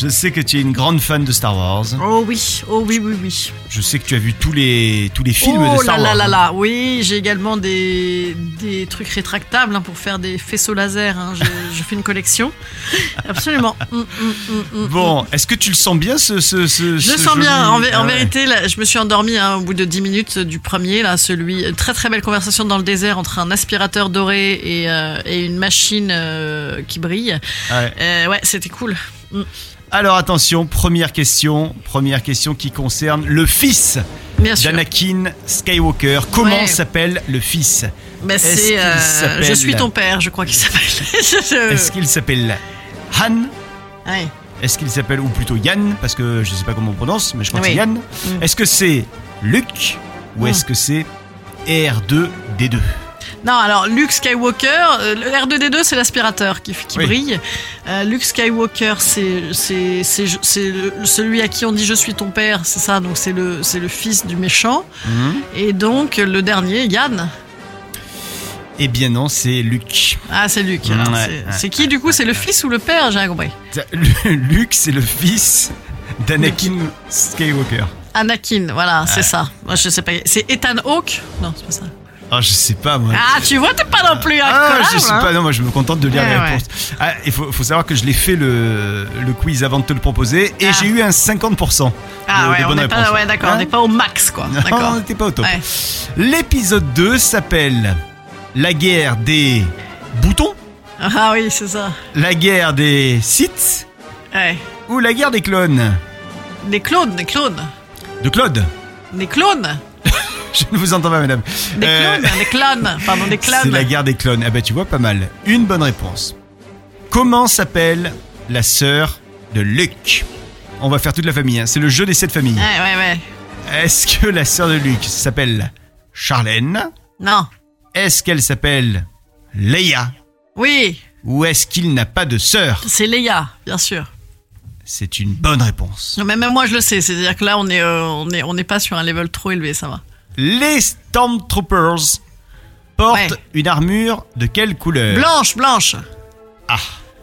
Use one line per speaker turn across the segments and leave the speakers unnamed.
Je sais que tu es une grande fan de Star Wars.
Oh oui, oh oui, oui, oui.
Je sais que tu as vu tous les, tous les films
oh
de Star
là
Wars. hein.
là là là, oui, j'ai également des, des trucs rétractables hein, pour faire des faisceaux laser. hein, Je, je fais une collection. Absolument. Mm, mm, mm, mm,
Bon, est-ce que tu le sens bien ce ce, ce-
Je
ce
le sens
joli-
bien. En, vé- en
Ah ouais.
vérité, là, je me suis endormie hein, au bout de 10 minutes du premier, là, celui très très belle conversation dans le désert entre un aspirateur doré et, euh, et une machine euh, qui brille.
ah Ouais.
Euh, ouais, c'était cool.
Alors attention, première question, première question qui concerne le fils
Bien sûr.
d'Anakin Skywalker. Comment
Ouais.
s'appelle le fils
Bah,
Est-ce
c'est, euh,
qu'il s'appelle-
je suis ton père, je crois qu'il s'appelle. Je-
Est-ce qu'il s'appelle Han
Ouais.
Est-ce qu'il s'appelle ou plutôt Yann parce que je sais pas comment on prononce, mais je crois que
Oui. Mm.
c'est Yann. Est-ce que c'est Luke ou est-ce que c'est R2D2
Non, alors Luke Skywalker, euh, le R2D2 c'est l'aspirateur qui, qui
Oui.
brille. Euh, Luke Skywalker c'est c'est c'est je- c'est le- celui à qui on dit je suis ton père, c'est ça. Donc c'est le c'est le fils du méchant. Et donc le dernier Yann.
Eh bien non, c'est Luke.
Ah c'est Luke.
Ouais,
Alors,
ouais,
c'est
ouais,
c'est qui du coup C'est le fils ou le père J'ai rien compris.
Ça, Lu- Luke, c'est le fils d'Anakin Skywalker.
Anakin, voilà, c'est ça. Moi, je sais pas. C'est Ethan Hawke Non, c'est pas ça.
Ah, je sais pas moi.
Ah, tu vois, t'es pas non plus
Ah, je
incollable,
sais
hein.
pas, non, moi je me contente de lire
Ouais,
les
ouais.
réponses. Ah, il faut, faut savoir que je l'ai fait le, le quiz avant de te le proposer et
Ah.
j'ai eu un 50% de,
Ah ouais,
des
on
bonnes
n'est
réponses.
pas, ouais, d'accord,
Hein
on n'est pas au max quoi.
Non,
D'accord.
on n'était pas au top.
Ouais.
L'épisode 2 s'appelle La guerre des boutons,
Ah oui, c'est ça.
la guerre des sites
Ouais.
ou la guerre des clones.
Des clones, des clones.
De Claude
Des clones
Je ne vous entends pas, madame.
Des
Euh,
clones Des clones Pardon, des
C'est
clones
la guerre des clones. Ah bah tu vois pas mal. Une bonne réponse. Comment s'appelle la sœur de Luke On va faire toute la famille. hein. C'est le jeu des sept familles.
Ouais, ouais, ouais.
Est-ce que la sœur de Luke s'appelle Charlène
Non.
Est-ce qu'elle s'appelle Leia
Oui,
Ou est-ce qu'il n'a pas de sœur
c'est Léa, bien sûr.
C'est une bonne réponse.
Non, mais même moi, je le sais. C'est-à-dire que là, on n'est on est, on est pas sur un level trop élevé, ça va.
Les Stormtroopers portent
Ouais.
une armure de quelle couleur
Blanche, blanche
Ah,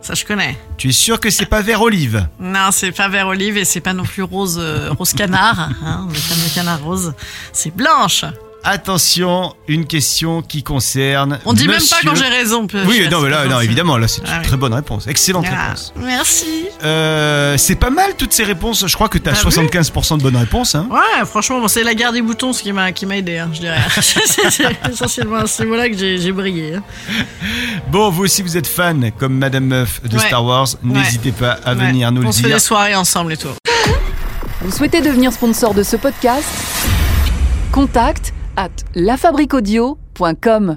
Ça, je connais.
tu es sûr que c'est pas vert olive
Non, c'est pas vert olive et c'est pas non plus rose, euh, rose canard, hein, le fameux canard rose. C'est blanche.
Attention, une question qui concerne.
On dit même pas
monsieur-
quand j'ai raison. peut- je
Oui,
suis
non, mais là,
assez
non,
gentille.
évidemment, là, c'est une
Ah oui.
très bonne réponse. Excellente
Ah,
réponse.
merci.
Euh, c'est pas mal toutes ces réponses. Je crois que t'as
T'as vu
75% de bonnes réponses. Hein.
Ah Ouais, franchement, bon, c'est la guerre des boutons ce qui m'a qui m'a aidé, hein, je dirais. c'est c'est essentiellement à ce niveau-là que j'ai j'ai brillé. hein.
Bon, vous aussi, vous êtes fan, comme Madame Meuf de
Ouais.
Star Wars. N'hésitez pas à
Ouais.
venir nous
On
le
se fait
dire.
des soirées ensemble et tout.
Vous souhaitez devenir sponsor de ce podcast Contact à lafabriquaudio.com.